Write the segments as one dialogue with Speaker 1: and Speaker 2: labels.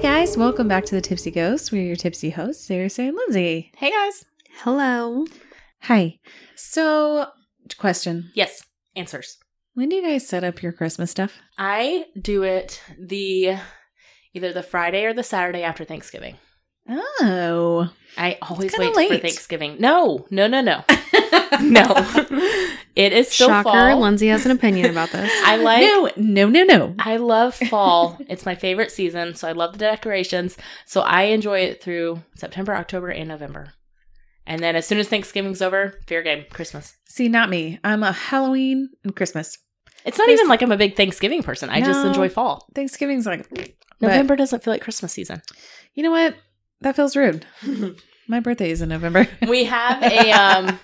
Speaker 1: guys, welcome back to the Tipsy Ghost. We're your tipsy hosts, Sarah, Sarah, and Lindsay.
Speaker 2: Hey guys.
Speaker 3: Hello.
Speaker 1: Hi. So, question:
Speaker 2: Yes, answers.
Speaker 1: When do you guys set up your Christmas stuff?
Speaker 2: I do it the either the Friday or the Saturday after Thanksgiving.
Speaker 1: Oh,
Speaker 2: I always
Speaker 1: kinda
Speaker 2: wait for
Speaker 1: late.
Speaker 2: Thanksgiving. No, no, no, no. no. It is still
Speaker 3: Shocker,
Speaker 2: fall.
Speaker 3: Lindsay has an opinion about this.
Speaker 2: I like
Speaker 1: no, no, no, no.
Speaker 2: I love fall. it's my favorite season, so I love the decorations. So I enjoy it through September, October, and November. And then as soon as Thanksgiving's over, fair game, Christmas.
Speaker 1: See, not me. I'm a Halloween and Christmas.
Speaker 2: It's not
Speaker 1: There's-
Speaker 2: even like I'm a big Thanksgiving person. I just
Speaker 1: No.
Speaker 2: enjoy fall.
Speaker 1: Thanksgiving's like but-
Speaker 2: November doesn't feel like Christmas season.
Speaker 1: you know what? That feels rude. My birthday is in November.
Speaker 2: we have a um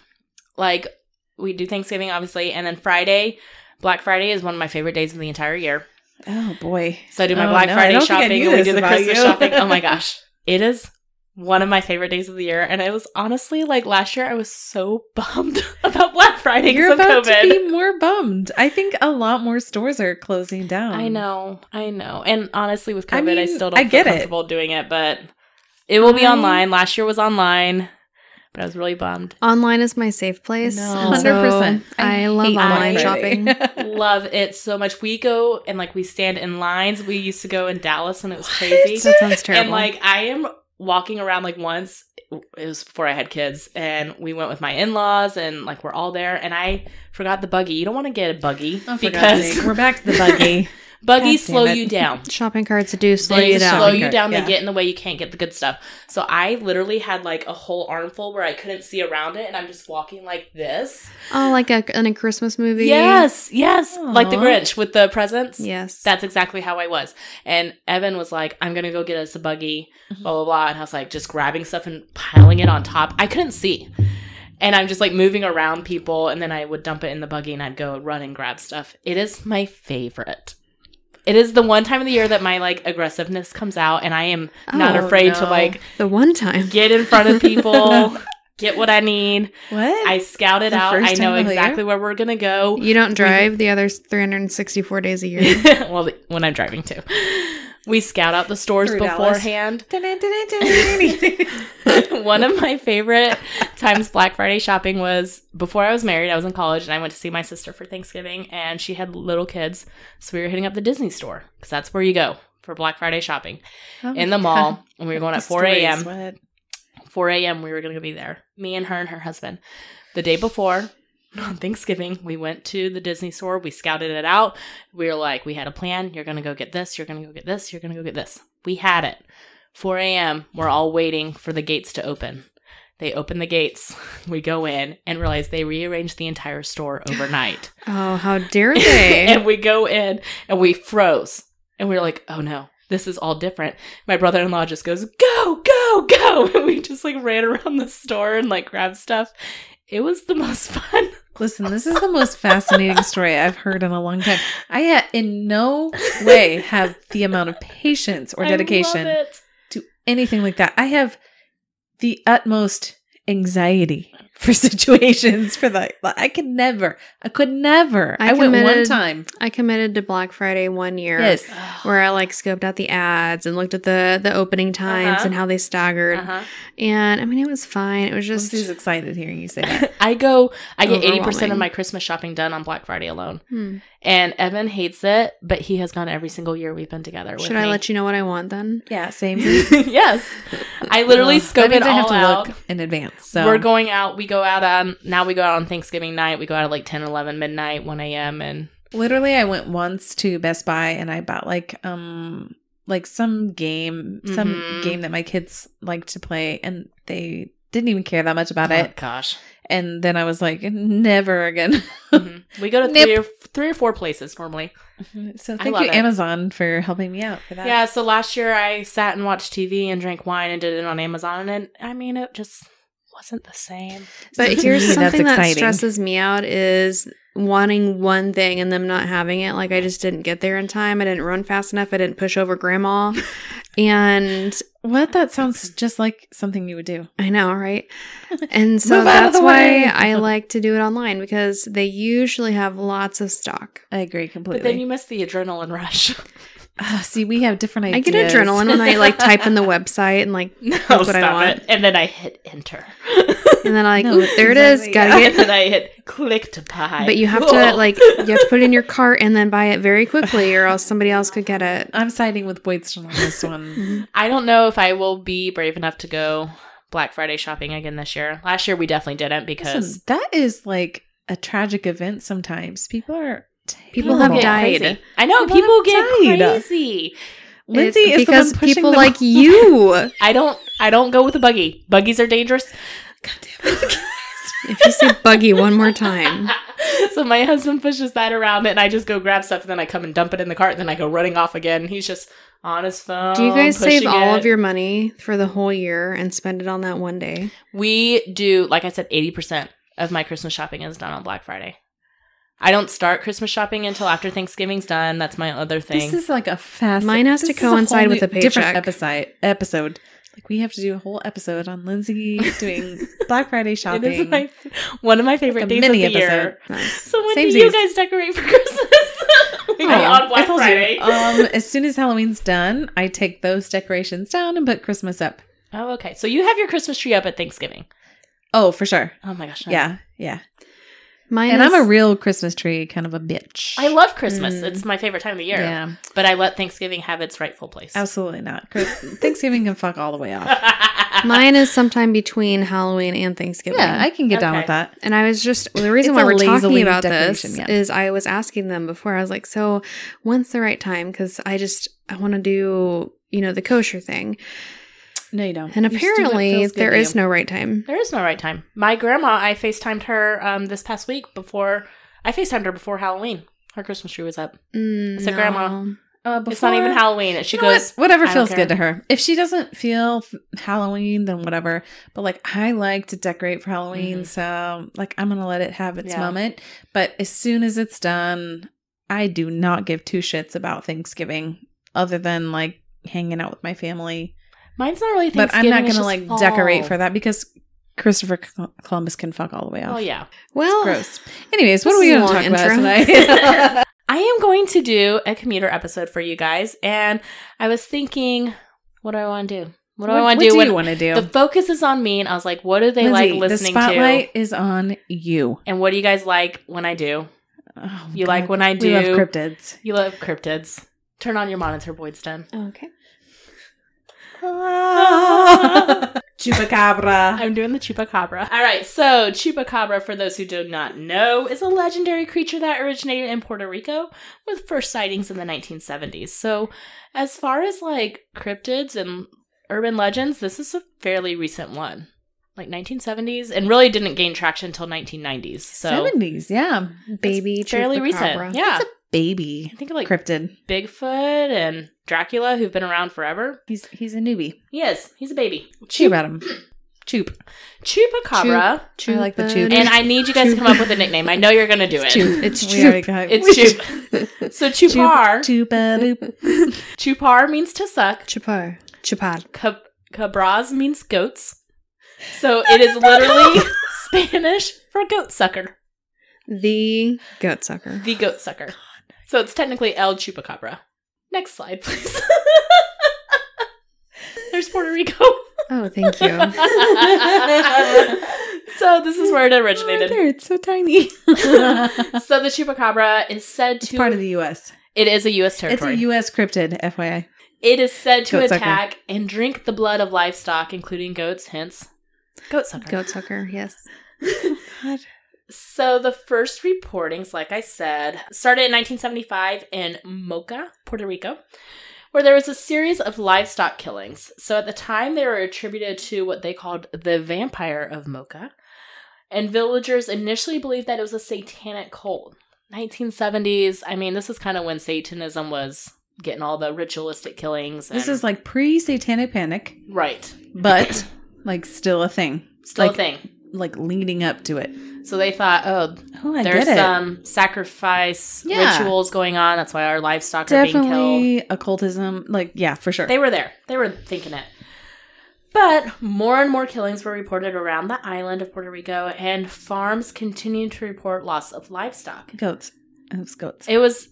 Speaker 2: like we do Thanksgiving obviously and then Friday Black Friday is one of my favorite days of the entire year.
Speaker 1: oh boy.
Speaker 2: So I do my
Speaker 1: Oh,
Speaker 2: Black
Speaker 1: no, I
Speaker 2: Friday
Speaker 1: don't think I
Speaker 2: shopping
Speaker 1: knew
Speaker 2: and we
Speaker 1: this
Speaker 2: do the
Speaker 1: about
Speaker 2: Christmas
Speaker 1: you.
Speaker 2: shopping. Oh my gosh. It is one of my favorite days of the year and it was honestly like last year I was so bummed about Black Friday
Speaker 1: You're
Speaker 2: because of
Speaker 1: about
Speaker 2: COVID.
Speaker 1: to be more bummed. I think a lot more stores are closing down.
Speaker 2: I know. I know. And honestly with COVID I,
Speaker 1: I mean,
Speaker 2: still don't
Speaker 1: I
Speaker 2: feel
Speaker 1: get it.
Speaker 2: comfortable doing it, but it will be
Speaker 1: I-
Speaker 2: online. Last year was online, but I was really bummed.
Speaker 3: Online is my safe place.
Speaker 2: No.
Speaker 3: and so
Speaker 1: 100%.
Speaker 3: I, love
Speaker 1: hate Black
Speaker 3: online
Speaker 1: Friday.
Speaker 3: shopping.
Speaker 2: love it so much. We go and like we stand in lines. We used to go in Dallas and it was
Speaker 1: What?
Speaker 2: crazy.
Speaker 3: That sounds terrible.
Speaker 2: And like I am walking around like once it was before I had kids and we went with my in-laws and like we're all there and I forgot the buggy. You don't want to get a buggy
Speaker 1: Oh, for God's
Speaker 2: because
Speaker 1: sake. we're back to the buggy.
Speaker 2: buggies
Speaker 1: God damn
Speaker 2: slow
Speaker 1: it.
Speaker 2: you down.
Speaker 3: shopping carts do slow
Speaker 2: they
Speaker 3: you down.
Speaker 2: slow
Speaker 1: Yeah.
Speaker 2: you down.
Speaker 1: Yeah.
Speaker 2: They get in the way. You can't get the good stuff. So I literally had like a whole armful where I couldn't see around it, and I'm just walking like this.
Speaker 3: Oh, like a, in a Christmas movie.
Speaker 2: Yes, yes, like the
Speaker 1: Aw.
Speaker 2: Grinch with the presents.
Speaker 3: Yes.
Speaker 2: That's exactly how I was. And Evan was like, I'm going to go get us a buggy,
Speaker 1: Mm-hmm.
Speaker 2: blah, blah, blah. And I was like, just grabbing stuff and piling it on top. I couldn't see. And I'm just like moving around people. And then I would dump it in the buggy and I'd go run and grab stuff. It is my favorite. It is the one time of the year that my like aggressiveness comes out and I am not
Speaker 3: Oh,
Speaker 2: afraid to
Speaker 1: no.
Speaker 2: like
Speaker 3: the one time.
Speaker 2: get in front of people, get what I need.
Speaker 1: What?
Speaker 2: I scout it
Speaker 1: The
Speaker 2: out.
Speaker 1: first
Speaker 2: I know
Speaker 1: time of the year?
Speaker 2: exactly where we're going to go.
Speaker 3: You don't drive the other 364 days a year.
Speaker 2: well, the- when I'm driving too. We scout out the stores
Speaker 1: Through Dallas.
Speaker 2: beforehand.
Speaker 1: oh
Speaker 2: One of my favorite times Black Friday shopping was before I was married. I was in college and I went to see my sister for Thanksgiving and she had little kids. So we were hitting up the Disney store because that's where you go for Black Friday shopping
Speaker 1: Oh,
Speaker 2: in the mall. And we were going at 4 a.m. 4 a.m. we were going to be there. Me and her and her husband. The day before, on Thanksgiving, we went to the Disney store. We scouted it out. We were like, we had a plan. You're going to go get this. You're going to go get this. You're going to go get this. We had it. 4 a.m. We're all waiting for the gates to open. They open the gates. We go in and realize they rearranged the entire store overnight.
Speaker 3: Oh, how dare they?
Speaker 2: and we go in and we froze. And we were like, oh no, this is all different. My brother in law just goes, go, go, go. And we just like ran around the store and like grabbed stuff. It was the most fun.
Speaker 1: Listen, this is the most fascinating story I've heard in a long time. I ha- in no way have the amount of patience or
Speaker 2: I love
Speaker 1: dedication
Speaker 2: it.
Speaker 1: to anything like that. I have the utmost anxiety for situations for like like, I could never. I could never. I,
Speaker 3: I
Speaker 1: went one
Speaker 3: committed-
Speaker 1: time.
Speaker 3: I committed to Black Friday one year.
Speaker 1: Yes.
Speaker 3: Where I like scoped out the ads and looked at the the opening times
Speaker 2: Uh-huh.
Speaker 3: and how they staggered,
Speaker 2: Uh-huh.
Speaker 3: and I mean it was fine. It was just
Speaker 1: Lucy's excited hearing you say that.
Speaker 2: I go, I get 80% of
Speaker 3: Overwhelming.
Speaker 2: my Christmas shopping done on Black Friday alone.
Speaker 3: Hmm.
Speaker 2: And Evan hates it, but he has gone every single year we've been together.
Speaker 3: Should I let you know what I want then?
Speaker 1: yeah, same.
Speaker 2: yes. I literally
Speaker 1: Well,
Speaker 2: scope
Speaker 1: that means
Speaker 2: it all
Speaker 1: I have to
Speaker 2: out.
Speaker 1: look in advance. So
Speaker 2: We're going out. We go out on now. We go out on Thanksgiving night. We go out at like 10, 11, midnight, one a.m. And
Speaker 1: Literally, I went once to Best Buy and I bought like um like some game, some
Speaker 2: Mhm.
Speaker 1: game that my kids like to play, and they didn't even care that much about
Speaker 2: oh,
Speaker 1: it.
Speaker 2: gosh,
Speaker 1: And then I was like, never again.
Speaker 2: Mhm. we go to
Speaker 1: Nip.
Speaker 2: three or, three or four places normally.
Speaker 1: so thank
Speaker 2: love
Speaker 1: you,
Speaker 2: it.
Speaker 1: Amazon, for helping me out for that.
Speaker 2: Yeah. So last year I sat and watched TV and drank wine and did it on Amazon, and it, I mean it just wasn't the same.
Speaker 1: So
Speaker 3: But
Speaker 1: to
Speaker 3: here's
Speaker 1: me, that's
Speaker 3: something that
Speaker 1: exciting.
Speaker 3: stresses me out is wanting one thing and them not having it. Like I just didn't get there in time. I didn't run fast enough. I didn't push over grandma. and
Speaker 1: What? That sounds just like something you would do.
Speaker 3: I know, right? And so
Speaker 1: Move out of
Speaker 3: that's
Speaker 1: the way.
Speaker 3: why I like to do it online because they usually have lots of stock.
Speaker 1: I agree
Speaker 2: But
Speaker 1: completely.
Speaker 2: then you miss the adrenaline rush.
Speaker 1: Ah, see, we have different
Speaker 3: I
Speaker 1: ideas.
Speaker 3: get adrenaline when I like type in the website and like,
Speaker 2: No,
Speaker 3: what I
Speaker 2: stop
Speaker 3: want.
Speaker 2: it. And then I hit enter.
Speaker 3: and then I like,
Speaker 1: No,
Speaker 3: "Ooh, there it is,
Speaker 1: exactly, yeah.
Speaker 3: gotta get.
Speaker 2: and then I hit click to buy.
Speaker 3: But you have
Speaker 2: Whoa.
Speaker 3: to like, you have to put it in your cart and then buy it very quickly, or else somebody else could get it.
Speaker 1: I'm siding with Boydston on this one.
Speaker 2: I don't know if I will be brave enough to go Black Friday shopping again this year. Last year we definitely didn't because
Speaker 1: Listen, that is like a tragic event sometimes. People are
Speaker 3: People have
Speaker 1: terrible.
Speaker 2: get
Speaker 3: died.
Speaker 2: crazy. I know
Speaker 1: People
Speaker 2: people
Speaker 1: have died.
Speaker 2: get crazy.
Speaker 1: Lindsay
Speaker 3: It's
Speaker 1: is the
Speaker 3: because
Speaker 1: one pushing
Speaker 3: people
Speaker 1: them
Speaker 3: like
Speaker 1: all-
Speaker 3: you.
Speaker 2: I don't. I don't go with a buggy. Buggies are dangerous.
Speaker 1: God damn it.
Speaker 3: If you say buggy one more time,
Speaker 2: so my husband pushes that around, and I just go grab stuff, and then I come and dump it in the cart, and then I go running off again. He's just on his phone.
Speaker 1: Oh,
Speaker 3: do you guys save
Speaker 2: pushing
Speaker 3: all of
Speaker 2: it.
Speaker 3: your money for the whole year and spend it on that one day?
Speaker 2: We do, like I said, eighty percent of my Christmas shopping is done on Black Friday. I don't start Christmas shopping until after Thanksgiving's done. That's my other thing.
Speaker 1: This is like a fast.
Speaker 3: Mine has
Speaker 1: this
Speaker 3: to
Speaker 1: is a whole
Speaker 3: coincide with
Speaker 1: new-
Speaker 3: a paycheck.
Speaker 1: different episode. Episode. Like we have to do a whole episode on Lindsay doing Black Friday
Speaker 2: it
Speaker 1: shopping.
Speaker 2: is my one of my favorite
Speaker 1: a
Speaker 2: days of
Speaker 1: mini
Speaker 2: the
Speaker 1: episode.
Speaker 2: year.
Speaker 3: Nice.
Speaker 2: So when
Speaker 1: Samesies.
Speaker 2: do you guys decorate for Christmas? we go
Speaker 1: Aw,
Speaker 2: on
Speaker 1: I
Speaker 2: Black
Speaker 1: told you.
Speaker 2: Friday.
Speaker 1: Um, as soon as Halloween's done, I take those decorations down and put Christmas up.
Speaker 2: Oh, okay. So you have your Christmas tree up at Thanksgiving.
Speaker 1: Oh, for sure.
Speaker 2: Oh my gosh. no.
Speaker 1: Yeah, yeah.
Speaker 3: Mine
Speaker 1: And
Speaker 3: is,
Speaker 1: I'm a real Christmas tree kind of a bitch.
Speaker 2: I love Christmas.
Speaker 3: Mm.
Speaker 2: It's my favorite time of year.
Speaker 1: Yeah,
Speaker 2: But I let Thanksgiving have its rightful place.
Speaker 1: absolutely not. Chris- Thanksgiving can fuck all the way off.
Speaker 2: My
Speaker 3: mine is sometime between Halloween and Thanksgiving.
Speaker 1: Yeah, I can get down
Speaker 2: Okay.
Speaker 1: with that.
Speaker 3: And I was just the reason
Speaker 1: It's
Speaker 3: why
Speaker 1: a
Speaker 3: we're talking
Speaker 1: lazily
Speaker 3: about this
Speaker 1: decoration, yeah.
Speaker 3: is I was asking them before. I was like, so when's the right time? Because I just I want to do you know the kosher thing.
Speaker 1: No, you don't.
Speaker 3: And apparently there is no right time.
Speaker 2: there is no right time. My grandma, I FaceTimed her um, this past week before I FaceTimed her before Halloween. Her Christmas tree was up.
Speaker 3: Mm,
Speaker 2: So, Grandma,
Speaker 3: no.
Speaker 1: Uh, before,
Speaker 2: it's not even Halloween. And she
Speaker 1: You know
Speaker 2: goes,
Speaker 1: what? whatever
Speaker 2: "I don't
Speaker 1: feels
Speaker 2: care."
Speaker 1: good to her. If she doesn't feel f- Halloween, then whatever. But like, I like to decorate for Halloween,
Speaker 2: Mhm.
Speaker 1: so like, I'm gonna let it have its
Speaker 2: Yeah.
Speaker 1: moment. But as soon as it's done, I do not give two shits about Thanksgiving, other than like hanging out with my family.
Speaker 2: Mine's not really
Speaker 1: But I'm
Speaker 2: Thanksgiving.
Speaker 1: not
Speaker 2: it's
Speaker 1: gonna
Speaker 2: just
Speaker 1: like
Speaker 2: fall."
Speaker 1: decorate for that because Christopher Col- Columbus can fuck all the way off.
Speaker 2: Oh, yeah.
Speaker 3: Well,
Speaker 1: Gross. Anyways, what
Speaker 3: This
Speaker 1: are we
Speaker 3: is a
Speaker 1: gonna
Speaker 3: long
Speaker 1: talk about
Speaker 3: intro.
Speaker 1: tonight?
Speaker 2: I am going to do a commuter episode for you guys. And I was thinking, what do I want to do? What do I want to do?
Speaker 1: What
Speaker 2: when-
Speaker 1: do you want to do?
Speaker 2: the focus is on me, and I was like, what do they
Speaker 1: Lindsay,
Speaker 2: like listening
Speaker 1: the
Speaker 2: to?
Speaker 1: spotlight is on you.
Speaker 2: And what do you guys like when I do?
Speaker 1: Oh,
Speaker 2: You
Speaker 1: God.
Speaker 2: like when I do?
Speaker 1: We love cryptids.
Speaker 2: You love cryptids. Turn on your monitor, Boydston.
Speaker 3: okay.
Speaker 1: Chupacabra.
Speaker 2: I'm doing the chupacabra. All right, so chupacabra, for those who do not know, is a legendary creature that originated in Puerto Rico with first sightings in the 1970s. So, as far as like cryptids and urban legends, this is a fairly recent one, like 1970s, and really didn't gain traction until 1990s. So,
Speaker 1: 70s, yeah.
Speaker 3: Baby
Speaker 2: fairly
Speaker 3: chupacabra.
Speaker 2: recent. Yeah.
Speaker 1: It's Baby.
Speaker 2: I think of like
Speaker 1: Cryptid.
Speaker 2: Bigfoot and Dracula, who've been around forever.
Speaker 1: He's he's a newbie.
Speaker 2: He is. He's a baby.
Speaker 1: Chew about him. Choop.
Speaker 2: Chupacabra.
Speaker 1: I like the
Speaker 3: Chupa-
Speaker 1: chup.
Speaker 2: And I need you guys to come up with a nickname. I know you're going to do it.
Speaker 3: Chup. It's
Speaker 1: We already
Speaker 3: chup.
Speaker 1: got-
Speaker 2: It's
Speaker 1: we-
Speaker 2: chup. So chupar.
Speaker 1: Chupadoop.
Speaker 2: Chupar means to suck.
Speaker 3: Chupar. Chupar.
Speaker 2: Cab- cabras means goats. So it is literally Spanish for goat sucker.
Speaker 3: The goat sucker.
Speaker 2: The goat sucker. So it's technically El Chupacabra. Next slide, please. There's Puerto Rico.
Speaker 3: Oh, thank you.
Speaker 2: so this is where it originated.
Speaker 1: there, Oh, it's so tiny.
Speaker 2: so the chupacabra is said
Speaker 1: It's
Speaker 2: to
Speaker 1: part of the U.S.
Speaker 2: it is a U.S.
Speaker 1: It's
Speaker 2: territory.
Speaker 1: a U.S. cryptid, FYI.
Speaker 2: it is said to
Speaker 1: Goat sucker.
Speaker 2: attack and drink the blood of livestock, including goats. Hence, goat sucker.
Speaker 3: goat sucker. Yes.
Speaker 2: So the first reportings, like I said, started in 1975 in Moca, Puerto Rico, where there was a series of livestock killings. So at the time, they were attributed to what they called the vampire of Moca, and villagers initially believed that it was a satanic cult. 1970s. I mean, this is kind of when Satanism was getting all the ritualistic killings.
Speaker 1: This
Speaker 2: and-
Speaker 1: is like pre-satanic panic,
Speaker 2: right,
Speaker 1: but like still a thing.
Speaker 2: still
Speaker 1: Like-
Speaker 2: a thing.
Speaker 1: Like leading up to it.
Speaker 2: So they thought, oh,
Speaker 1: Oh, I get
Speaker 2: there's um,
Speaker 1: it.
Speaker 2: some sacrifice
Speaker 1: Yeah.
Speaker 2: rituals going on. That's why our livestock are being killed.
Speaker 1: Definitely occultism. Like, yeah, for sure.
Speaker 2: They were there. They were thinking it. But more and more killings were reported around the island of Puerto Rico, and farms continued to report loss of livestock.
Speaker 1: goats. It was goats.
Speaker 2: It was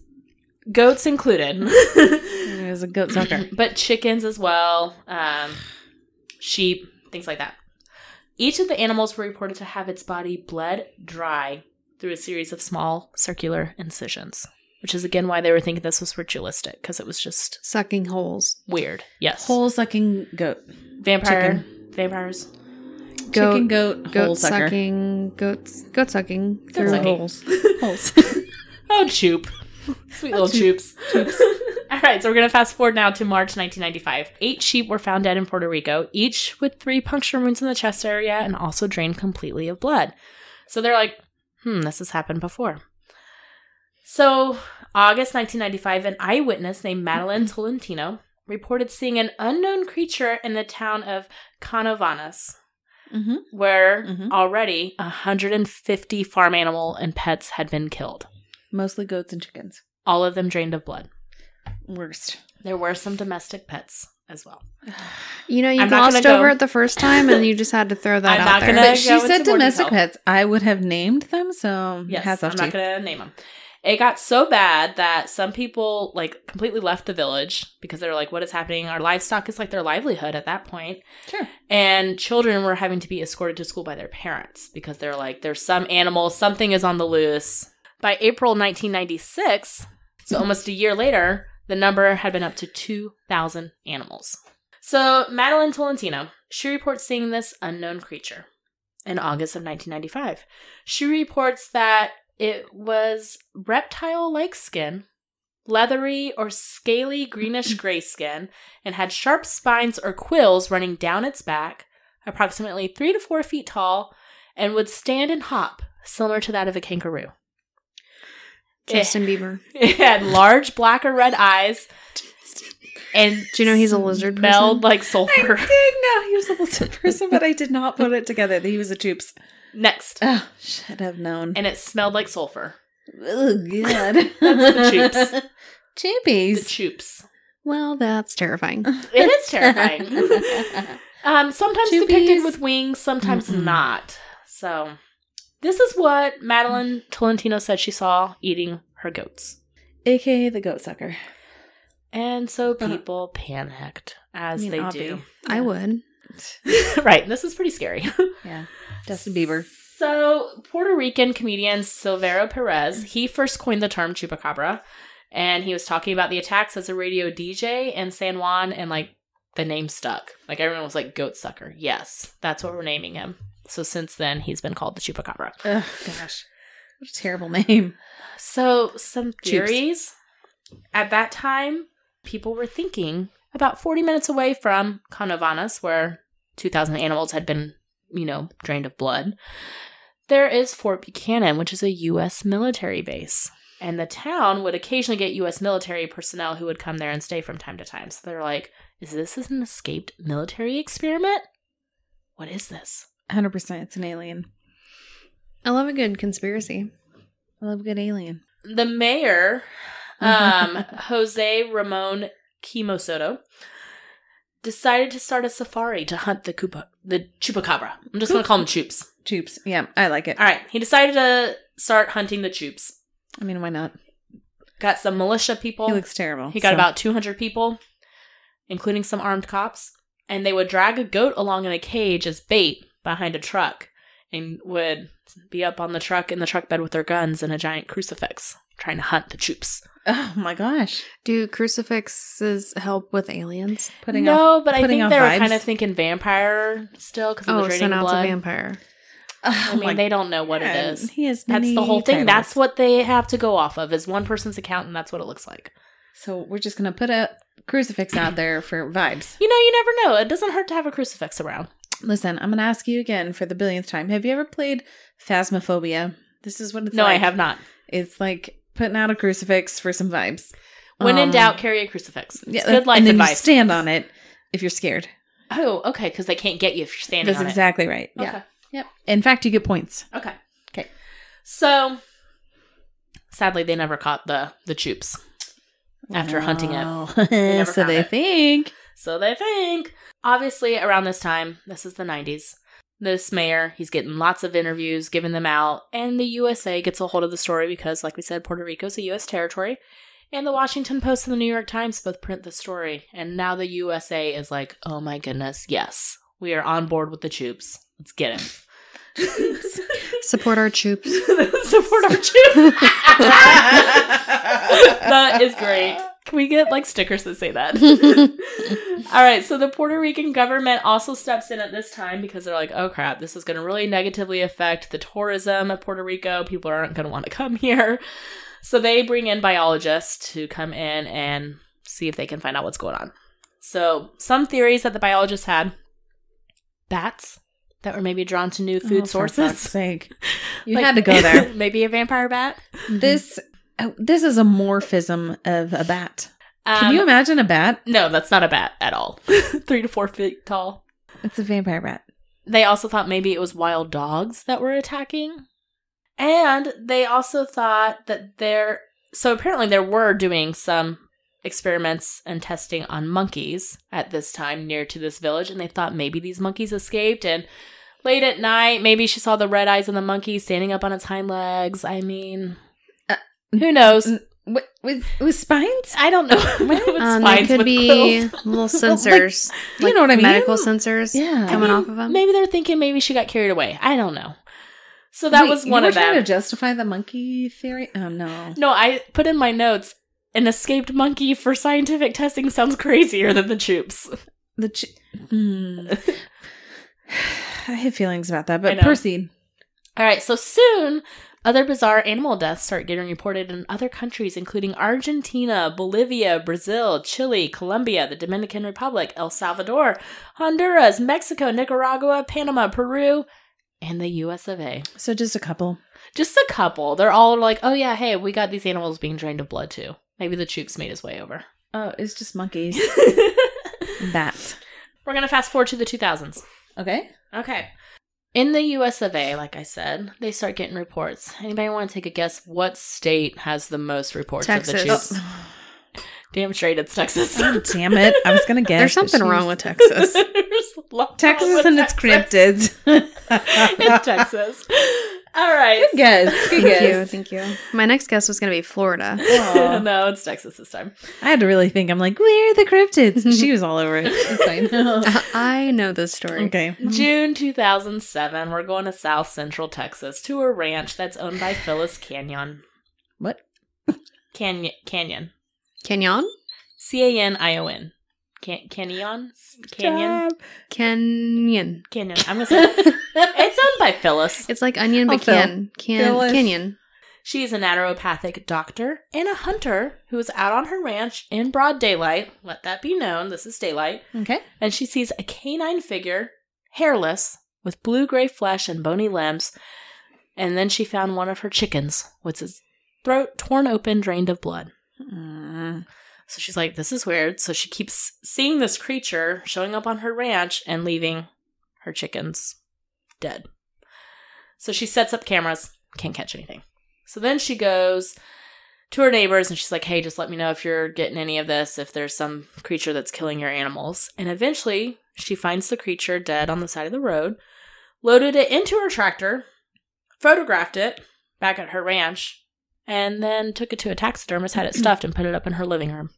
Speaker 2: goats included,
Speaker 1: It was a goat sucker.
Speaker 2: but chickens as well, um, sheep, things like that. Each of the animals were reported to have its body bled dry through a series of small circular incisions, which is again why they were thinking this was ritualistic because it was just
Speaker 3: Sucking holes.
Speaker 2: weird. Yes,
Speaker 1: Hole sucking goat.
Speaker 2: vampire, vampires.
Speaker 3: Goat-
Speaker 1: Chicken goat,
Speaker 3: Goat
Speaker 1: hole sucker.
Speaker 3: sucking. Goats. Goat sucking. through
Speaker 2: sucking.
Speaker 3: holes.
Speaker 1: Holes.
Speaker 2: Oh, choop. Sweet little choops. All right, so we're going to fast forward now to March 1995. Eight sheep were found dead in Puerto Rico, each with three puncture wounds in the chest area and also drained completely of blood. So they're like, hmm, this has happened before. So, August 1995, an eyewitness named Madeline Tolentino reported seeing an unknown creature in the town of Canovanas
Speaker 1: mm-hmm.
Speaker 2: where
Speaker 1: Mhm.
Speaker 2: already 150 farm animal and pets had been killed,
Speaker 1: Mostly goats and chickens.
Speaker 2: all of them drained of blood.
Speaker 1: Worst.
Speaker 2: There were some domestic pets as well.
Speaker 3: You know, you
Speaker 2: I'm not
Speaker 3: glossed
Speaker 2: gonna
Speaker 3: over
Speaker 2: go-
Speaker 3: it the first time, and you just had to throw that
Speaker 2: I'm
Speaker 3: out
Speaker 2: not
Speaker 3: there.
Speaker 2: gonna-
Speaker 1: But
Speaker 2: I
Speaker 1: she
Speaker 2: go into
Speaker 1: said
Speaker 2: more
Speaker 1: domestic
Speaker 2: detail.
Speaker 1: pets. I would have named them, so
Speaker 2: Yes,
Speaker 1: hats off
Speaker 2: I'm
Speaker 1: to
Speaker 2: not
Speaker 1: you.
Speaker 2: going to name them. It got so bad that some people like completely left the village because they're like, "What is happening? Our livestock is like their livelihood at that point."
Speaker 1: Sure.
Speaker 2: And children were having to be escorted to school by their parents because they're like, "There's some animal, something is on the loose." By April 1996, so almost a year later, the number had been up to 2,000 animals. So Madeline Tolentino, she reports seeing this unknown creature in August of 1995. She reports that it was reptile like skin, leathery or scaly greenish gray skin, and had sharp spines or quills running down its back, approximately three to four feet tall, and would stand and hop, similar to that of a kangaroo.
Speaker 3: Justin Bieber.
Speaker 2: It had large black or red eyes. And
Speaker 3: Do you know he's a lizard
Speaker 2: smelled
Speaker 3: person?
Speaker 2: like sulfur.
Speaker 1: I did know he was a lizard person, but I did not put it together that he was a troops.
Speaker 2: Next.
Speaker 1: Oh, should have known.
Speaker 2: And it smelled like sulfur.
Speaker 1: oh, God.
Speaker 2: That's the
Speaker 1: choops.
Speaker 2: The
Speaker 1: Choopies.
Speaker 2: choops.
Speaker 3: well, that's terrifying.
Speaker 2: It is terrifying. um, sometimes
Speaker 1: Choopies.
Speaker 2: depicted with wings, sometimes
Speaker 1: Mm-mm.
Speaker 2: not. So, this is what Madeline Tolentino said she saw eating her goats.
Speaker 1: AKA the goat sucker.
Speaker 2: And so people panicked, as
Speaker 1: uh, I mean,
Speaker 2: they
Speaker 1: obvi.
Speaker 3: I would.
Speaker 2: do. right. This is pretty scary.
Speaker 1: Yeah. Justin Bieber.
Speaker 2: So, Puerto Rican comedian Silvero Perez, he first coined the term chupacabra, and he was talking about the attacks as a radio DJ in San Juan, and like the name stuck. Like everyone was like, goat sucker. Yes, that's what we're naming him. So, since then, he's been called the chupacabra.
Speaker 1: Oh, gosh. What a terrible name.
Speaker 2: So, some
Speaker 1: Cheeps.
Speaker 2: theories at that time, people were thinking about 40 minutes away from Canovanas, where 2,000 animals had been, you know, drained of blood. There is Fort Buchanan, which is a U.S. military base. And the town would occasionally get U.S. military personnel who would come there and stay from time to time. So they're like, is this an escaped military experiment? What is this?
Speaker 1: 100% it's an alien.
Speaker 3: I love a good conspiracy.
Speaker 1: I love a good alien.
Speaker 2: the mayor, um, Jose Ramon Kimosoto, decided to start a safari to hunt the Cupa, the chupacabra. I'm just going to call them chups.
Speaker 1: Choops. Yeah, I like it.
Speaker 2: All right, he decided to start hunting the chups.
Speaker 1: I mean, why not?
Speaker 2: Got some militia people.
Speaker 1: He looks terrible.
Speaker 2: He got
Speaker 1: so-
Speaker 2: about 200 people, including some armed cops, and they would drag a goat along in a cage as bait behind a truck and would be up on the truck in the truck bed with their guns and a giant crucifix trying to hunt the chups.
Speaker 1: Oh, my gosh.
Speaker 3: Do crucifixes help with aliens?
Speaker 1: Putting off
Speaker 2: no, but I
Speaker 1: putting
Speaker 2: think
Speaker 1: off
Speaker 2: they were
Speaker 1: vibes.
Speaker 2: kind of thinking vampire still because of the
Speaker 3: Oh, so
Speaker 2: draining
Speaker 3: now it's a
Speaker 2: blood.
Speaker 3: vampire.
Speaker 2: I mean, they don't know what it is.
Speaker 1: Oh He has
Speaker 2: That's
Speaker 1: many
Speaker 2: the whole thing.
Speaker 1: titles.
Speaker 2: That's what they have to go off of is one person's account, and that's what it looks like.
Speaker 1: So we're just gonna put a crucifix out there for vibes.
Speaker 2: You know, you never know. It doesn't hurt to have a crucifix around.
Speaker 1: Listen, I'm gonna ask you again for the billionth time. Have you ever played Phasmophobia? This is what it's
Speaker 2: no,
Speaker 1: like.
Speaker 2: I have not.
Speaker 1: It's like putting out a crucifix for some vibes.
Speaker 2: When in
Speaker 1: Um,
Speaker 2: doubt, carry a crucifix. It's
Speaker 1: Yeah,
Speaker 2: good life
Speaker 1: and then you
Speaker 2: advice.
Speaker 1: stand on it if you're scared.
Speaker 2: oh, okay, because they can't get you if you're standing
Speaker 1: That's
Speaker 2: on
Speaker 1: exactly right.
Speaker 2: it.
Speaker 1: Yeah. Yep. In fact, you get points.
Speaker 2: Okay. Okay.
Speaker 1: Okay.
Speaker 2: So, sadly, they never caught the the choops. After hunting it.
Speaker 1: it,
Speaker 2: never
Speaker 1: so
Speaker 2: found
Speaker 1: they
Speaker 2: it.
Speaker 1: think.
Speaker 2: So they think. Obviously, around this time, this is the 90s, this mayor, he's getting lots of interviews, giving them out, and the USA gets a hold of the story because, like we said, Puerto Rico's a US territory. And the Washington Post and the New York Times both print the story. And now the USA is like, oh my goodness, yes, we are on board with the troops. Let's get
Speaker 3: Support our troops.
Speaker 2: it. Support our troops. that is great.
Speaker 1: Oh,
Speaker 2: Can we get like stickers that say that? All right, so the Puerto Rican government also steps in at this time because they're like, oh crap, this is going to really negatively affect the tourism of Puerto Rico. People aren't going to want to come here. So they bring in biologists to come in and see if they can find out what's going on. So, some theories that the biologists had bats that were maybe drawn to new food
Speaker 1: Oh, for fuck's
Speaker 2: sources.
Speaker 1: sake. You
Speaker 2: Like-
Speaker 1: had to go there.
Speaker 2: maybe a vampire bat.
Speaker 3: Mm.
Speaker 1: this oh, this is a morphism of a bat. Can you
Speaker 2: Um,
Speaker 1: imagine a bat?
Speaker 2: No, that's not a bat at all. Three to four feet tall.
Speaker 1: It's a vampire bat.
Speaker 2: They also thought maybe it was wild dogs that were attacking. And they also thought that there. So apparently, there were doing some experiments and testing on monkeys at this time near to this village. And they thought maybe these monkeys escaped. And late at night, maybe she saw the red eyes on the monkey standing up on its hind legs. I mean,
Speaker 1: Uh,
Speaker 2: who knows?
Speaker 1: n- With with, with spines?
Speaker 2: I don't know. What
Speaker 3: Um, they
Speaker 2: spines
Speaker 3: could
Speaker 2: with
Speaker 3: be
Speaker 2: quills.
Speaker 3: little sensors.
Speaker 1: you know what I mean?
Speaker 3: Medical sensors
Speaker 1: Yeah.
Speaker 3: coming
Speaker 2: I mean,
Speaker 3: off of them.
Speaker 2: Um, Maybe they're thinking maybe she got carried away. I don't know. So that
Speaker 1: Wait,
Speaker 2: was one
Speaker 1: you
Speaker 2: of
Speaker 1: were trying
Speaker 2: them.
Speaker 1: to justify the monkey theory. Oh no.
Speaker 2: no, I put in my notes an escaped monkey for scientific testing sounds crazier than the troops.
Speaker 1: The ch- Hmm. I have feelings about that,
Speaker 2: I
Speaker 1: but
Speaker 2: know.
Speaker 1: proceed.
Speaker 2: All right, so soon other bizarre animal deaths start getting reported in other countries including Argentina, Bolivia, Brazil, Chile, Colombia, the Dominican Republic, El Salvador, Honduras, Mexico, Nicaragua, Panama, Peru, and the US of A.
Speaker 1: So just a couple.
Speaker 2: Just a couple. They're all like, oh yeah, hey, we got these animals being drained of blood too. Maybe the troops made his way over.
Speaker 1: Oh, it's just monkeys.
Speaker 2: We're
Speaker 1: and Bats.
Speaker 2: going to fast forward to the 2000s.
Speaker 1: Okay.
Speaker 2: Okay. In the US of A, like I said, they start getting reports. Anybody want to take a guess what state has the most reports of
Speaker 3: Texas.
Speaker 2: the troops? Damn straight, it's Texas.
Speaker 1: Oh, damn it. I was going to guess.
Speaker 3: There's
Speaker 1: but
Speaker 3: something
Speaker 1: she
Speaker 3: wrong
Speaker 1: was-
Speaker 3: with Texas.
Speaker 2: There's a lot
Speaker 1: Texas
Speaker 2: with
Speaker 1: and its cryptids.
Speaker 2: it's Texas. All right.
Speaker 1: Good guess. Good
Speaker 3: Thank you.
Speaker 1: guess.
Speaker 3: Thank you. My next guess was going to be Florida.
Speaker 1: Aw.
Speaker 2: no, it's Texas this time.
Speaker 1: I had to really think. I'm like, where are the cryptids? she was all over it. It's fine.
Speaker 3: Uh, I know this story. Mm.
Speaker 1: okay.
Speaker 2: June 2007, we're going to South Central Texas to a ranch that's owned by Phyllis Canyon.
Speaker 1: What?
Speaker 2: Canyon. Canyon.
Speaker 3: Kenyon?
Speaker 2: C A N I O N. Can- Canyon? Canyon?
Speaker 1: Job.
Speaker 3: Canyon.
Speaker 2: Canyon. I'm going to say It's owned by Phyllis.
Speaker 3: It's like onion,
Speaker 1: Oh,
Speaker 3: but
Speaker 1: Phil.
Speaker 3: can. Can.
Speaker 1: Phyllis.
Speaker 3: Canyon.
Speaker 2: She is a naturopathic doctor and a hunter who is out on her ranch in broad daylight. Let that be known. This is daylight.
Speaker 1: Okay.
Speaker 2: and she sees a canine figure, hairless, with blue gray flesh and bony limbs. And then she found one of her chickens with its throat torn open, drained of blood.
Speaker 1: Mm.
Speaker 2: So she's like, this is weird. So she keeps seeing this creature showing up on her ranch and leaving her chickens dead. So she sets up cameras, can't catch anything. So then she goes to her neighbors and she's like, hey, just let me know if you're getting any of this, if there's some creature that's killing your animals. And eventually she finds the creature dead on the side of the road, loaded it into her tractor, photographed it back at her ranch, and then took it to a taxidermist, had it stuffed, and put it up in her living room,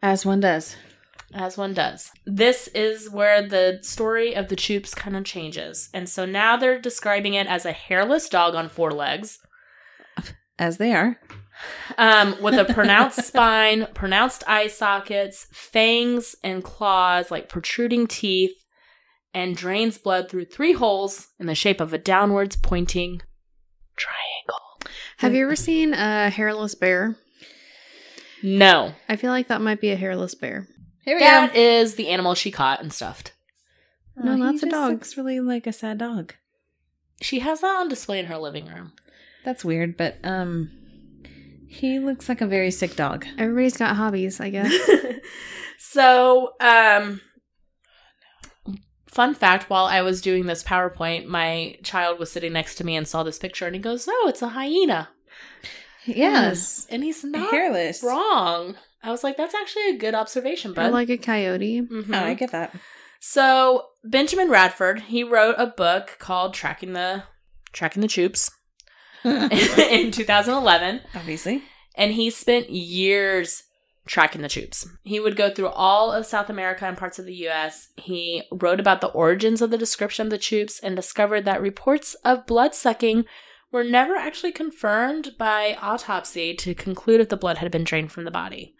Speaker 1: As one does.
Speaker 2: as one does. This is where the story of the Choops kind of changes. And so now they're describing it as a hairless dog on four legs,
Speaker 1: As they are.
Speaker 2: um, with a pronounced spine, pronounced eye sockets, fangs and claws, like protruding teeth, and drains blood through three holes in the shape of a downwards pointing triangle.
Speaker 3: Have you ever seen a hairless bear?
Speaker 2: No.
Speaker 3: I feel like that might be a hairless bear.
Speaker 1: Here
Speaker 2: That is the animal she caught and stuffed.
Speaker 3: No,
Speaker 1: he
Speaker 3: that's a
Speaker 1: just
Speaker 3: dog.
Speaker 1: Looks really like a sad dog.
Speaker 2: She has that on display in her living room.
Speaker 1: That's weird, but um, he looks like a very sick dog.
Speaker 3: Everybody's got hobbies, I guess.
Speaker 2: so, um, fun fact while I was doing this PowerPoint, my child was sitting next to me and saw this picture and he goes, No, it's a hyena.
Speaker 1: Yes,
Speaker 2: And he's not
Speaker 1: hairless.
Speaker 2: wrong. I was like, That's actually a good observation,
Speaker 3: Or
Speaker 2: bud.
Speaker 3: like a coyote.
Speaker 2: Mhm.
Speaker 1: Oh, I get that.
Speaker 2: So Benjamin Radford, he wrote a book called Tracking the Tracking the Troops in 2011.
Speaker 1: Obviously,
Speaker 2: and he spent years tracking the troops. He would go through all of South America and parts of the US. He wrote about the origins of the description of the troops and discovered that reports of bloodsucking were never actually confirmed by autopsy to conclude if the blood had been drained from the body.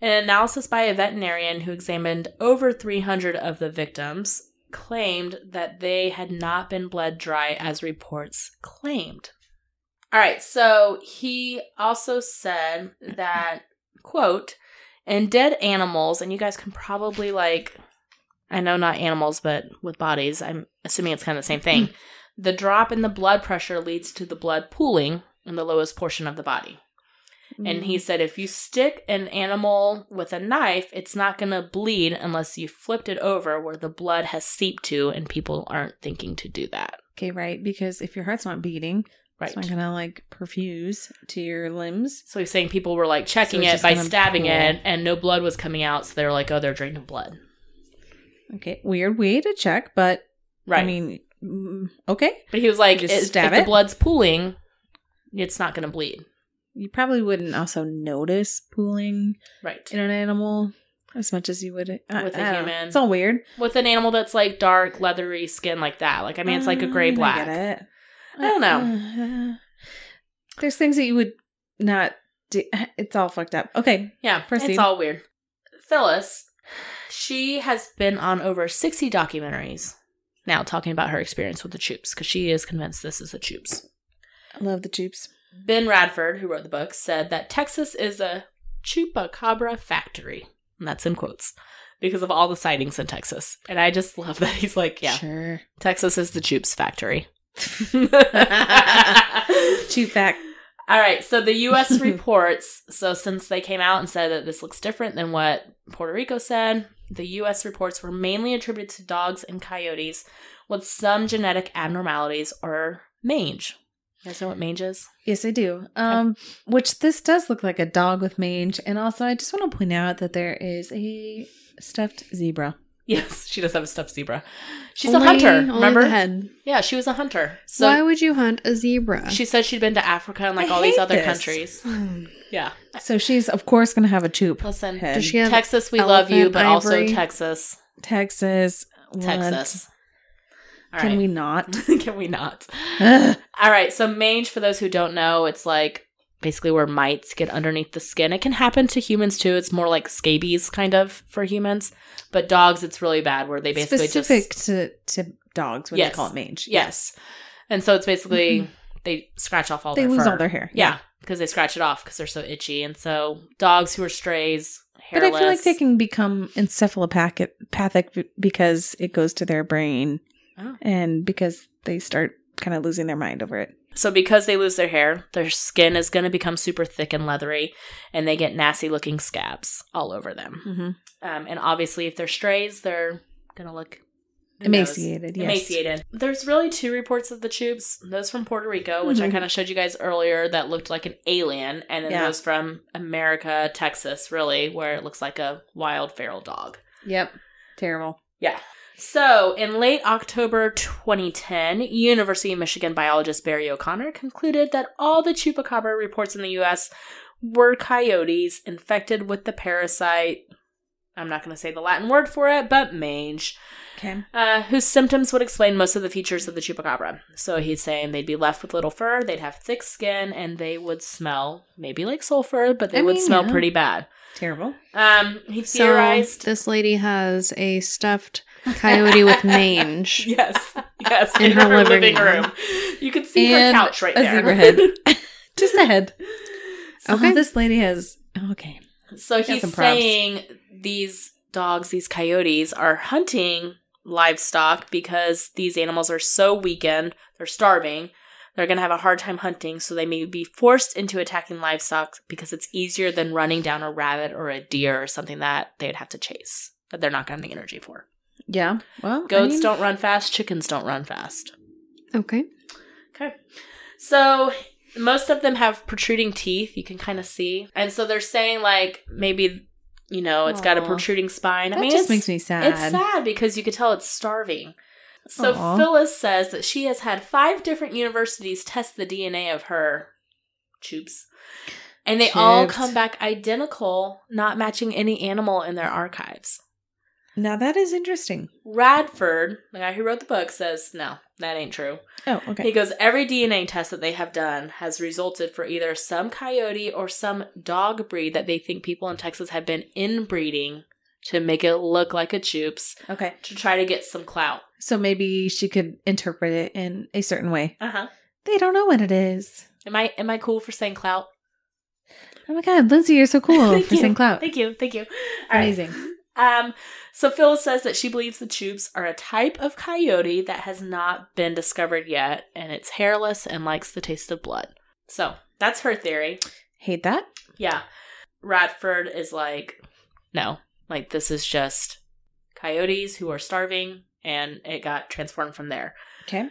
Speaker 2: An analysis by a veterinarian who examined over 300 of the victims claimed that they had not been bled dry as reports claimed. All right, so he also said that quote and dead animals and you guys can probably like I know not animals but with bodies I'm assuming it's kind of the same thing. the drop in the blood pressure leads to the blood pooling in the lowest portion of the body. And he said if you stick an animal with a knife, it's not going to bleed unless you flipped it over where the blood has seeped to, and people aren't thinking to do that.
Speaker 1: Okay, right. Because if your heart's not beating,
Speaker 2: Right.
Speaker 1: it's not gonna like perfuse to your limbs.
Speaker 2: So he's saying people were like checking
Speaker 1: So it's
Speaker 2: it
Speaker 1: just
Speaker 2: by
Speaker 1: gonna
Speaker 2: stabbing
Speaker 1: pool.
Speaker 2: it, and no blood was coming out. So they were like, oh, they're drained of blood.
Speaker 1: Okay, weird way to check, but
Speaker 2: Right.
Speaker 1: I mean, mm, okay,
Speaker 2: but he was like,
Speaker 1: you just
Speaker 2: if,
Speaker 1: stab
Speaker 2: if the
Speaker 1: it?
Speaker 2: blood's pooling, it's not going to bleed.
Speaker 1: you probably wouldn't also notice pooling
Speaker 2: Right.
Speaker 1: in an animal as much as you would uh, I-
Speaker 2: With a
Speaker 1: I don't know.
Speaker 2: human.
Speaker 1: It's all weird.
Speaker 2: With an animal that's like dark, leathery skin like that. Like, I mean, it's like a gray
Speaker 1: Mm,
Speaker 2: black.
Speaker 1: I get it.
Speaker 2: I don't
Speaker 1: know. there's things that you would not. Do. It's all fucked up. Okay,
Speaker 2: Yeah,
Speaker 1: Proceed.
Speaker 2: it's all weird. Phyllis, she has been on over 60 documentaries now talking about her experience with the Choops because she is convinced this is the Choops.
Speaker 1: I love the tubes.
Speaker 2: Ben Radford, who wrote the book, said that Texas is a chupacabra factory. And that's in quotes because of all the sightings in Texas. And I just love that he's like, yeah,
Speaker 1: sure.
Speaker 2: Texas is the Choops factory.
Speaker 1: Cheap back.
Speaker 2: All right, so the US reports, so since they came out and said that this looks different than what Puerto Rico said, the US reports were mainly attributed to dogs and coyotes with some genetic abnormalities or mange. You guys know what mange is?
Speaker 1: Yes, I do. Um, which this does look like a dog with mange, and also I just want to point out that there is a stuffed zebra.
Speaker 2: Yes, she does have a stuffed zebra. She's
Speaker 3: Mm. Only-
Speaker 2: a hunter,
Speaker 3: only
Speaker 2: remember?
Speaker 3: the head.
Speaker 2: Yeah, she was a hunter. So
Speaker 3: Why would you hunt a zebra? Hmm.
Speaker 2: she said she'd been to Africa and like
Speaker 1: I
Speaker 2: all these
Speaker 1: hate
Speaker 2: other
Speaker 1: this.
Speaker 2: countries. Yeah.
Speaker 1: So she's of course going to have a choop.
Speaker 2: Listen,
Speaker 1: Head.
Speaker 3: Does she have
Speaker 2: Texas, we love you,
Speaker 3: elephant
Speaker 2: but also
Speaker 3: ivory?
Speaker 2: Texas.
Speaker 1: Texas, what?
Speaker 2: Texas. All
Speaker 1: Can
Speaker 2: right.
Speaker 1: we not?
Speaker 2: Can we not?
Speaker 1: Ugh.
Speaker 2: All right. So mange, for those who don't know, it's like basically where mites get underneath the skin. It can happen to humans too. It's more like scabies, kind of for humans, but dogs, it's really bad. Where they basically
Speaker 1: Specific
Speaker 2: just
Speaker 1: to to dogs when
Speaker 2: Yes.
Speaker 1: they call it mange.
Speaker 2: yes, and so it's basically they scratch off all
Speaker 1: Mm-hmm. they
Speaker 2: their
Speaker 1: lose
Speaker 2: fur.
Speaker 1: all their hair.
Speaker 2: yeah because they scratch it off because they're so itchy. And so dogs who are strays,
Speaker 1: But
Speaker 2: hairless,
Speaker 1: I feel like they can become encephalopathic b- because it goes to their brain
Speaker 2: Oh.
Speaker 1: and because they start kind of losing their mind over it.
Speaker 2: So because they lose their hair, their skin is going to become super thick and leathery, and they get nasty looking scabs all over them.
Speaker 1: Mm-hmm.
Speaker 2: Um, and obviously, if they're strays, they're going to look who
Speaker 1: Emaciated,
Speaker 2: knows?
Speaker 1: yes.
Speaker 2: Emaciated. There's really two reports of the tubes. Those from Puerto Rico, which I
Speaker 1: Mhm.
Speaker 2: kind of showed you guys earlier, that looked like an alien, and then
Speaker 1: Yeah.
Speaker 2: those from America, Texas, really, where it looks like a wild feral dog.
Speaker 1: Yep. Terrible.
Speaker 2: So, in late October 2010, University of Michigan biologist Barry O'Connor concluded that all the chupacabra reports in the US were coyotes infected with the parasite. I'm not going to say the Latin word for it, but mange,
Speaker 1: Okay.
Speaker 2: uh, whose symptoms would explain most of the features of the chupacabra. So he's saying they'd be left with little fur, they'd have thick skin, and they would smell maybe like sulfur, but they
Speaker 1: I
Speaker 2: would
Speaker 1: mean,
Speaker 2: smell
Speaker 1: yeah.
Speaker 2: pretty bad.
Speaker 1: Terrible.
Speaker 2: Um, he
Speaker 3: So
Speaker 2: theorized.
Speaker 3: this lady has a stuffed coyote with mange.
Speaker 2: Yes, yes, in,
Speaker 3: In
Speaker 2: her,
Speaker 3: her
Speaker 2: living
Speaker 3: living
Speaker 2: room. You can see
Speaker 1: And
Speaker 2: her couch right
Speaker 1: a
Speaker 2: there.
Speaker 1: zebra head. Just a head.
Speaker 3: Okay.
Speaker 1: Oh, this lady has. oh, Okay.
Speaker 2: so
Speaker 1: Got some
Speaker 2: he's
Speaker 1: props.
Speaker 2: saying these dogs, these coyotes, are hunting livestock because these animals are so weakened, they're starving. They're going to have a hard time hunting, so they may be forced into attacking livestock because it's easier than running down a rabbit or a deer or something that they'd have to chase that they're not going to have the energy for.
Speaker 1: Yeah. Well, I
Speaker 2: Goats
Speaker 1: mean,
Speaker 2: don't run fast, chickens don't run fast.
Speaker 3: Okay.
Speaker 2: Okay. So most of them have protruding teeth, you can kind of see. And so they're saying like maybe you know, it's got a
Speaker 1: Aw.
Speaker 2: protruding spine.
Speaker 1: That
Speaker 2: I mean,
Speaker 1: just
Speaker 2: it's,
Speaker 1: makes me sad.
Speaker 2: it's sad because you could tell it's starving. So
Speaker 1: Aw.
Speaker 2: Phyllis says that she has had five different universities test the DNA of her tubes And they all
Speaker 1: Chipped.
Speaker 2: come back identical, not matching any animal in their archives.
Speaker 1: Now that is interesting.
Speaker 2: Radford, the guy who wrote the book, says, no, that ain't true.
Speaker 1: Oh,
Speaker 2: He
Speaker 1: okay.
Speaker 2: goes, every DNA test that they have done has resulted for either some coyote or some dog breed that they think people in Texas have been inbreeding to make it look like a choops
Speaker 1: Okay.
Speaker 2: to try to get some clout.
Speaker 1: So maybe she could interpret it in a certain way.
Speaker 2: Uh huh.
Speaker 1: They don't know what it is.
Speaker 2: Am I am I cool for saying clout?
Speaker 1: Oh my God, Lindsay, you're so cool
Speaker 2: Thank
Speaker 1: for
Speaker 2: you.
Speaker 1: St. Cloud.
Speaker 2: Thank you, thank you. All right.
Speaker 1: Amazing.
Speaker 2: Um, so Phil says that she believes the choops are a type of coyote that has not been discovered yet, and it's hairless and likes the taste of blood. So that's her theory.
Speaker 1: Hate that.
Speaker 2: Yeah. Radford is like, no, like this is just coyotes who are starving, and it got transformed from there.
Speaker 1: Okay.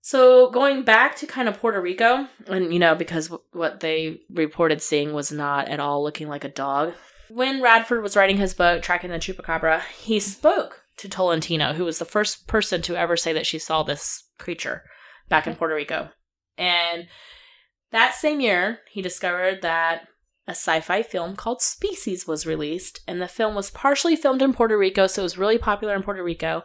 Speaker 2: So going back to kind of Puerto Rico, and you know, because w- what they reported seeing was not at all looking like a dog. When Radford was writing his book, Tracking the Chupacabra, he spoke to Tolentino, who was the first person to ever say that she saw this creature back in Puerto Rico. And that same year, he discovered that a sci fi film called Species was released, and the film was partially filmed in Puerto Rico, so it was really popular in Puerto Rico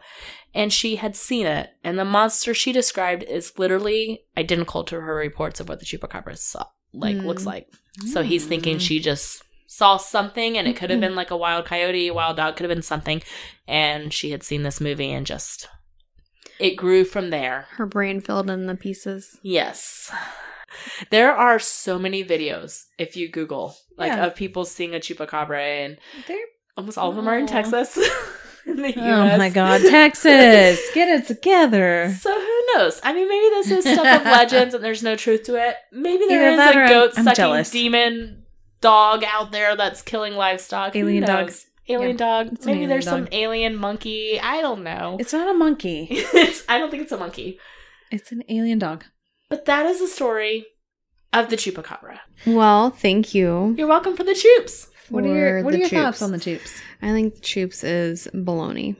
Speaker 2: and she had seen it. And the monster she described is literally identical to her reports of what the chupacabra saw, like
Speaker 1: Hmm.
Speaker 2: looks like. So he's thinking
Speaker 1: Mm.
Speaker 2: she just saw something, and it could have
Speaker 1: Mm-hmm.
Speaker 2: been like a wild coyote, a wild dog, could have been something. And she had seen this movie and just it grew from there.
Speaker 3: Her brain filled in the pieces.
Speaker 2: Yes. There are so many videos if you Google, like
Speaker 1: Yeah.
Speaker 2: of people seeing a chupacabra, and
Speaker 1: They're-
Speaker 2: almost all of them are in
Speaker 1: Aw.
Speaker 2: Texas. in the
Speaker 1: Oh
Speaker 2: US.
Speaker 1: my God, Texas, get it together.
Speaker 2: So who knows? I mean, maybe this is stuff of legends and there's no truth to it. Maybe
Speaker 1: Either
Speaker 2: there is
Speaker 1: that or
Speaker 2: a
Speaker 1: I'm-
Speaker 2: goat
Speaker 1: I'm
Speaker 2: sucking
Speaker 1: jealous.
Speaker 2: demon dog out there that's killing livestock. Who
Speaker 1: Alien dog.
Speaker 2: knows? Alien dog.
Speaker 1: it's an
Speaker 2: Maybe
Speaker 1: alien
Speaker 2: there's some
Speaker 1: dog.
Speaker 2: alien monkey. I don't know.
Speaker 1: It's not a monkey,
Speaker 2: It's, I don't think it's a monkey.
Speaker 1: it's an alien dog.
Speaker 2: But that is the story of the chupacabra.
Speaker 3: Well, thank you.
Speaker 2: You're welcome for the chups.
Speaker 1: What are your
Speaker 3: for
Speaker 1: What are
Speaker 3: the
Speaker 1: your
Speaker 3: Choops.
Speaker 1: thoughts on the Choops?
Speaker 3: I think Choops is baloney.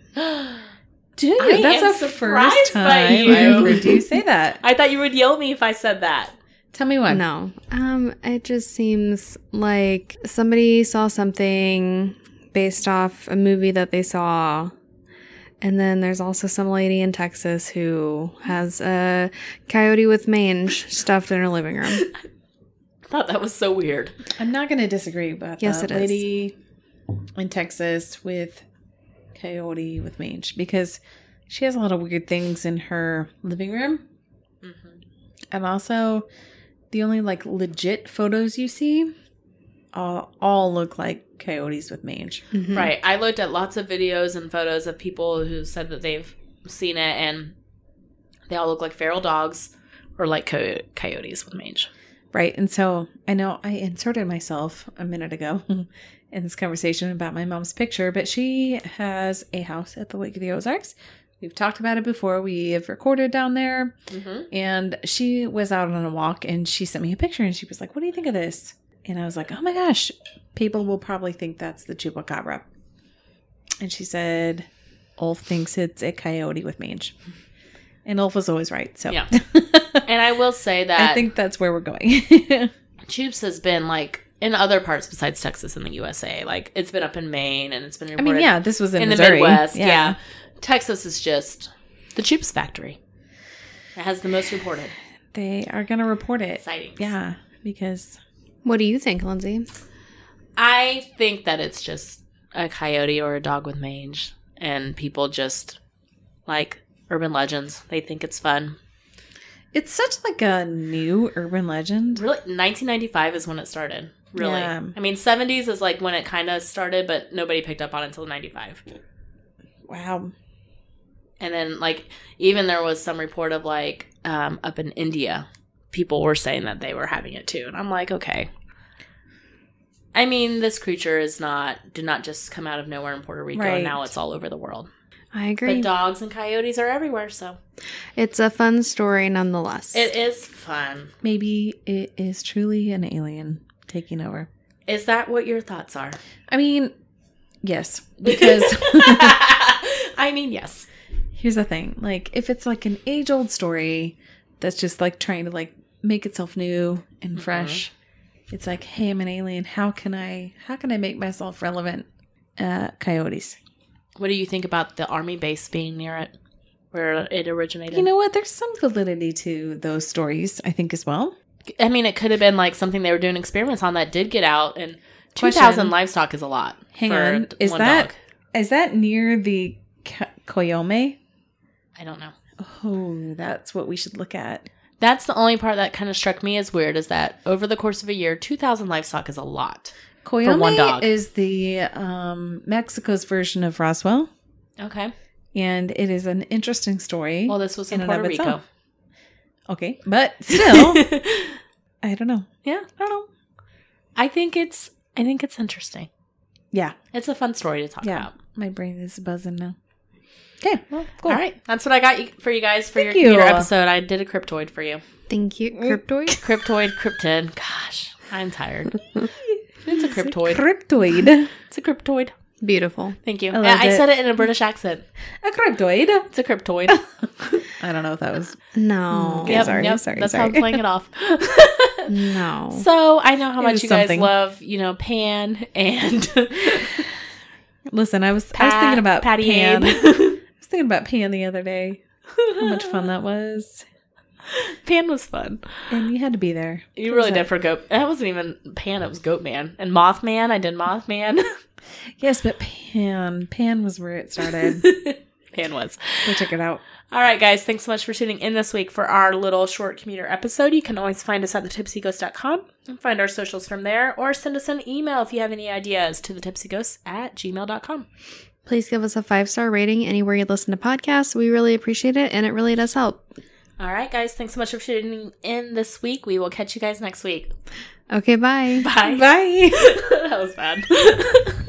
Speaker 1: Do you?
Speaker 2: I
Speaker 1: That's
Speaker 2: am
Speaker 1: the
Speaker 2: surprised
Speaker 1: first
Speaker 2: by
Speaker 1: time
Speaker 2: you.
Speaker 1: I ever do say that.
Speaker 2: I thought you would yell at me if I said that.
Speaker 1: Tell me why.
Speaker 3: No. Um, it just seems like somebody saw something based off a movie that they saw. And then there's also some lady in Texas who has a coyote with mange stuffed in her living room.
Speaker 2: I thought that was so weird.
Speaker 1: I'm not going to disagree about
Speaker 3: Yes,
Speaker 1: the
Speaker 3: it is.
Speaker 1: lady in Texas with coyote with mange because she has a lot of weird things in her living room, Mm-hmm. and also the only like legit photos you see all all look like coyotes with mange.
Speaker 3: Mhm.
Speaker 2: Right. I looked at lots of videos and photos of people who said that they've seen it, and they all look like feral dogs or like co- coyotes with mange.
Speaker 1: Right. And so I know I inserted myself a minute ago in this conversation about my mom's picture, but she has a house at the Lake of the Ozarks. We've talked about it before. We have recorded down there.
Speaker 2: Mm-hmm.
Speaker 1: And she was out on a walk and she sent me a picture and she was like, What do you think of this? And I was like, Oh my gosh, people will probably think that's the chupacabra. And she said, Ulf thinks it's a coyote with mange. And Ulf was always right. So
Speaker 2: Yeah. And I will say that
Speaker 1: I think that's where we're going.
Speaker 2: Choops has been like in other parts besides Texas and the USA. Like it's been up in Maine and it's been
Speaker 1: I mean,
Speaker 2: reported
Speaker 1: yeah, this was in,
Speaker 2: in
Speaker 1: Missouri.
Speaker 2: the Midwest. Yeah. Texas is just the Choops factory. It has the most reported
Speaker 1: They are going to report it.
Speaker 2: sightings.
Speaker 1: Yeah, because
Speaker 3: What do you think, Lindsay?
Speaker 2: I think that it's just a coyote or a dog with mange, and people just like urban legends. They think it's fun.
Speaker 1: it's such like a new urban legend.
Speaker 2: Really, 1995 is when it started. Really,
Speaker 1: Yeah.
Speaker 2: I mean, 70s is like when it kind of started, but nobody picked up on it until 95.
Speaker 1: Wow.
Speaker 2: And then, like, even there was some report of like um, up in India, people were saying that they were having it too, and I'm like, okay. I mean, this creature is not did not just come out of nowhere in Puerto Rico,
Speaker 1: Right.
Speaker 2: and now it's all over the world.
Speaker 3: I
Speaker 2: But
Speaker 3: agree.
Speaker 2: dogs and coyotes are everywhere, so
Speaker 3: It's a fun story nonetheless.
Speaker 2: it is fun.
Speaker 1: Maybe it is truly an alien taking over.
Speaker 2: Is that what your thoughts are?
Speaker 1: I mean, yes, because
Speaker 2: I mean, yes.
Speaker 1: here's the thing. Like if it's like an age-old story that's just like trying to like make itself new and
Speaker 2: Mhm.
Speaker 1: fresh, It's like, hey, I'm an alien. How can I how can I make myself relevant? Uh, coyotes.
Speaker 2: What do you think about the army base being near it, where it originated?
Speaker 1: You know what? There's some validity to those stories, I think, as well.
Speaker 2: I mean, it could have been like something they were doing experiments on that did get out, and two
Speaker 1: Question.
Speaker 2: thousand livestock is a lot.
Speaker 1: Hang
Speaker 2: for
Speaker 1: on.
Speaker 2: d-
Speaker 1: Is
Speaker 2: one
Speaker 1: that-
Speaker 2: dog.
Speaker 1: Is that near the Ka- Koyome?
Speaker 2: I don't know.
Speaker 1: Oh, that's what we should look at.
Speaker 2: That's the only part that kind of struck me as weird is that over the course of a year, two thousand livestock is a lot.
Speaker 1: Koyome
Speaker 2: one dog.
Speaker 1: is the um, Mexico's version of Roswell,
Speaker 2: Okay.
Speaker 1: and it is an interesting story.
Speaker 2: Well, this was in,
Speaker 1: In and of
Speaker 2: Puerto Rico.
Speaker 1: itself. okay, but still, I don't know.
Speaker 2: yeah, I don't know. I think it's. I think it's interesting.
Speaker 1: Yeah,
Speaker 2: It's a fun story to talk
Speaker 1: Yeah.
Speaker 2: about.
Speaker 1: my brain is buzzing now. Okay, well, cool.
Speaker 2: All right, that's what I got you, for you guys for
Speaker 1: Thank
Speaker 2: your computer
Speaker 1: you.
Speaker 2: episode. I did a cryptoid for you.
Speaker 3: Thank you,
Speaker 1: Mm.
Speaker 3: cryptoid.
Speaker 2: Cryptoid, cryptid. Gosh, I'm tired. It's a cryptoid.
Speaker 1: Cryptoid.
Speaker 2: It's a cryptoid.
Speaker 3: Beautiful.
Speaker 2: Thank you.
Speaker 1: I
Speaker 2: I,
Speaker 1: loved
Speaker 2: I
Speaker 1: it.
Speaker 2: said it in a British accent.
Speaker 1: A cryptoid.
Speaker 2: It's a cryptoid.
Speaker 1: I don't know if that was.
Speaker 2: Mm,
Speaker 3: No.
Speaker 1: Okay, sorry, sorry,
Speaker 2: That's how I'm
Speaker 1: sorry.
Speaker 2: playing it off.
Speaker 3: No.
Speaker 2: so I know how
Speaker 1: It
Speaker 2: much
Speaker 1: was
Speaker 2: you guys
Speaker 1: something.
Speaker 2: love, you know, Pan and
Speaker 1: Listen, I was I was thinking about
Speaker 2: Patty
Speaker 1: Pan. I
Speaker 2: Abe.
Speaker 1: was thinking about Pan the other day. How much fun that was,
Speaker 2: Pan was fun.
Speaker 1: and you had to be there.
Speaker 2: You really
Speaker 1: Exactly.
Speaker 2: did for Goat. That wasn't even Pan. It was Goat Man and Mothman. I did Mothman.
Speaker 1: Yes, but Pan, Pan was where it started.
Speaker 2: Pan was.
Speaker 1: Go check it out.
Speaker 2: All right, guys, thanks so much for tuning in this week for our little short commuter episode. You can always find us at thetipsyghost.com and find our socials from there, or send us an email if you have any ideas to thetipsyghosts at gmail.com.
Speaker 3: Please give us a five star rating anywhere you listen to podcasts. We really appreciate it, and it really does help.
Speaker 2: All right, guys, thanks so much for tuning in this week. We will catch you guys next week.
Speaker 3: Okay, bye.
Speaker 2: Bye.
Speaker 1: Bye.
Speaker 2: that was bad.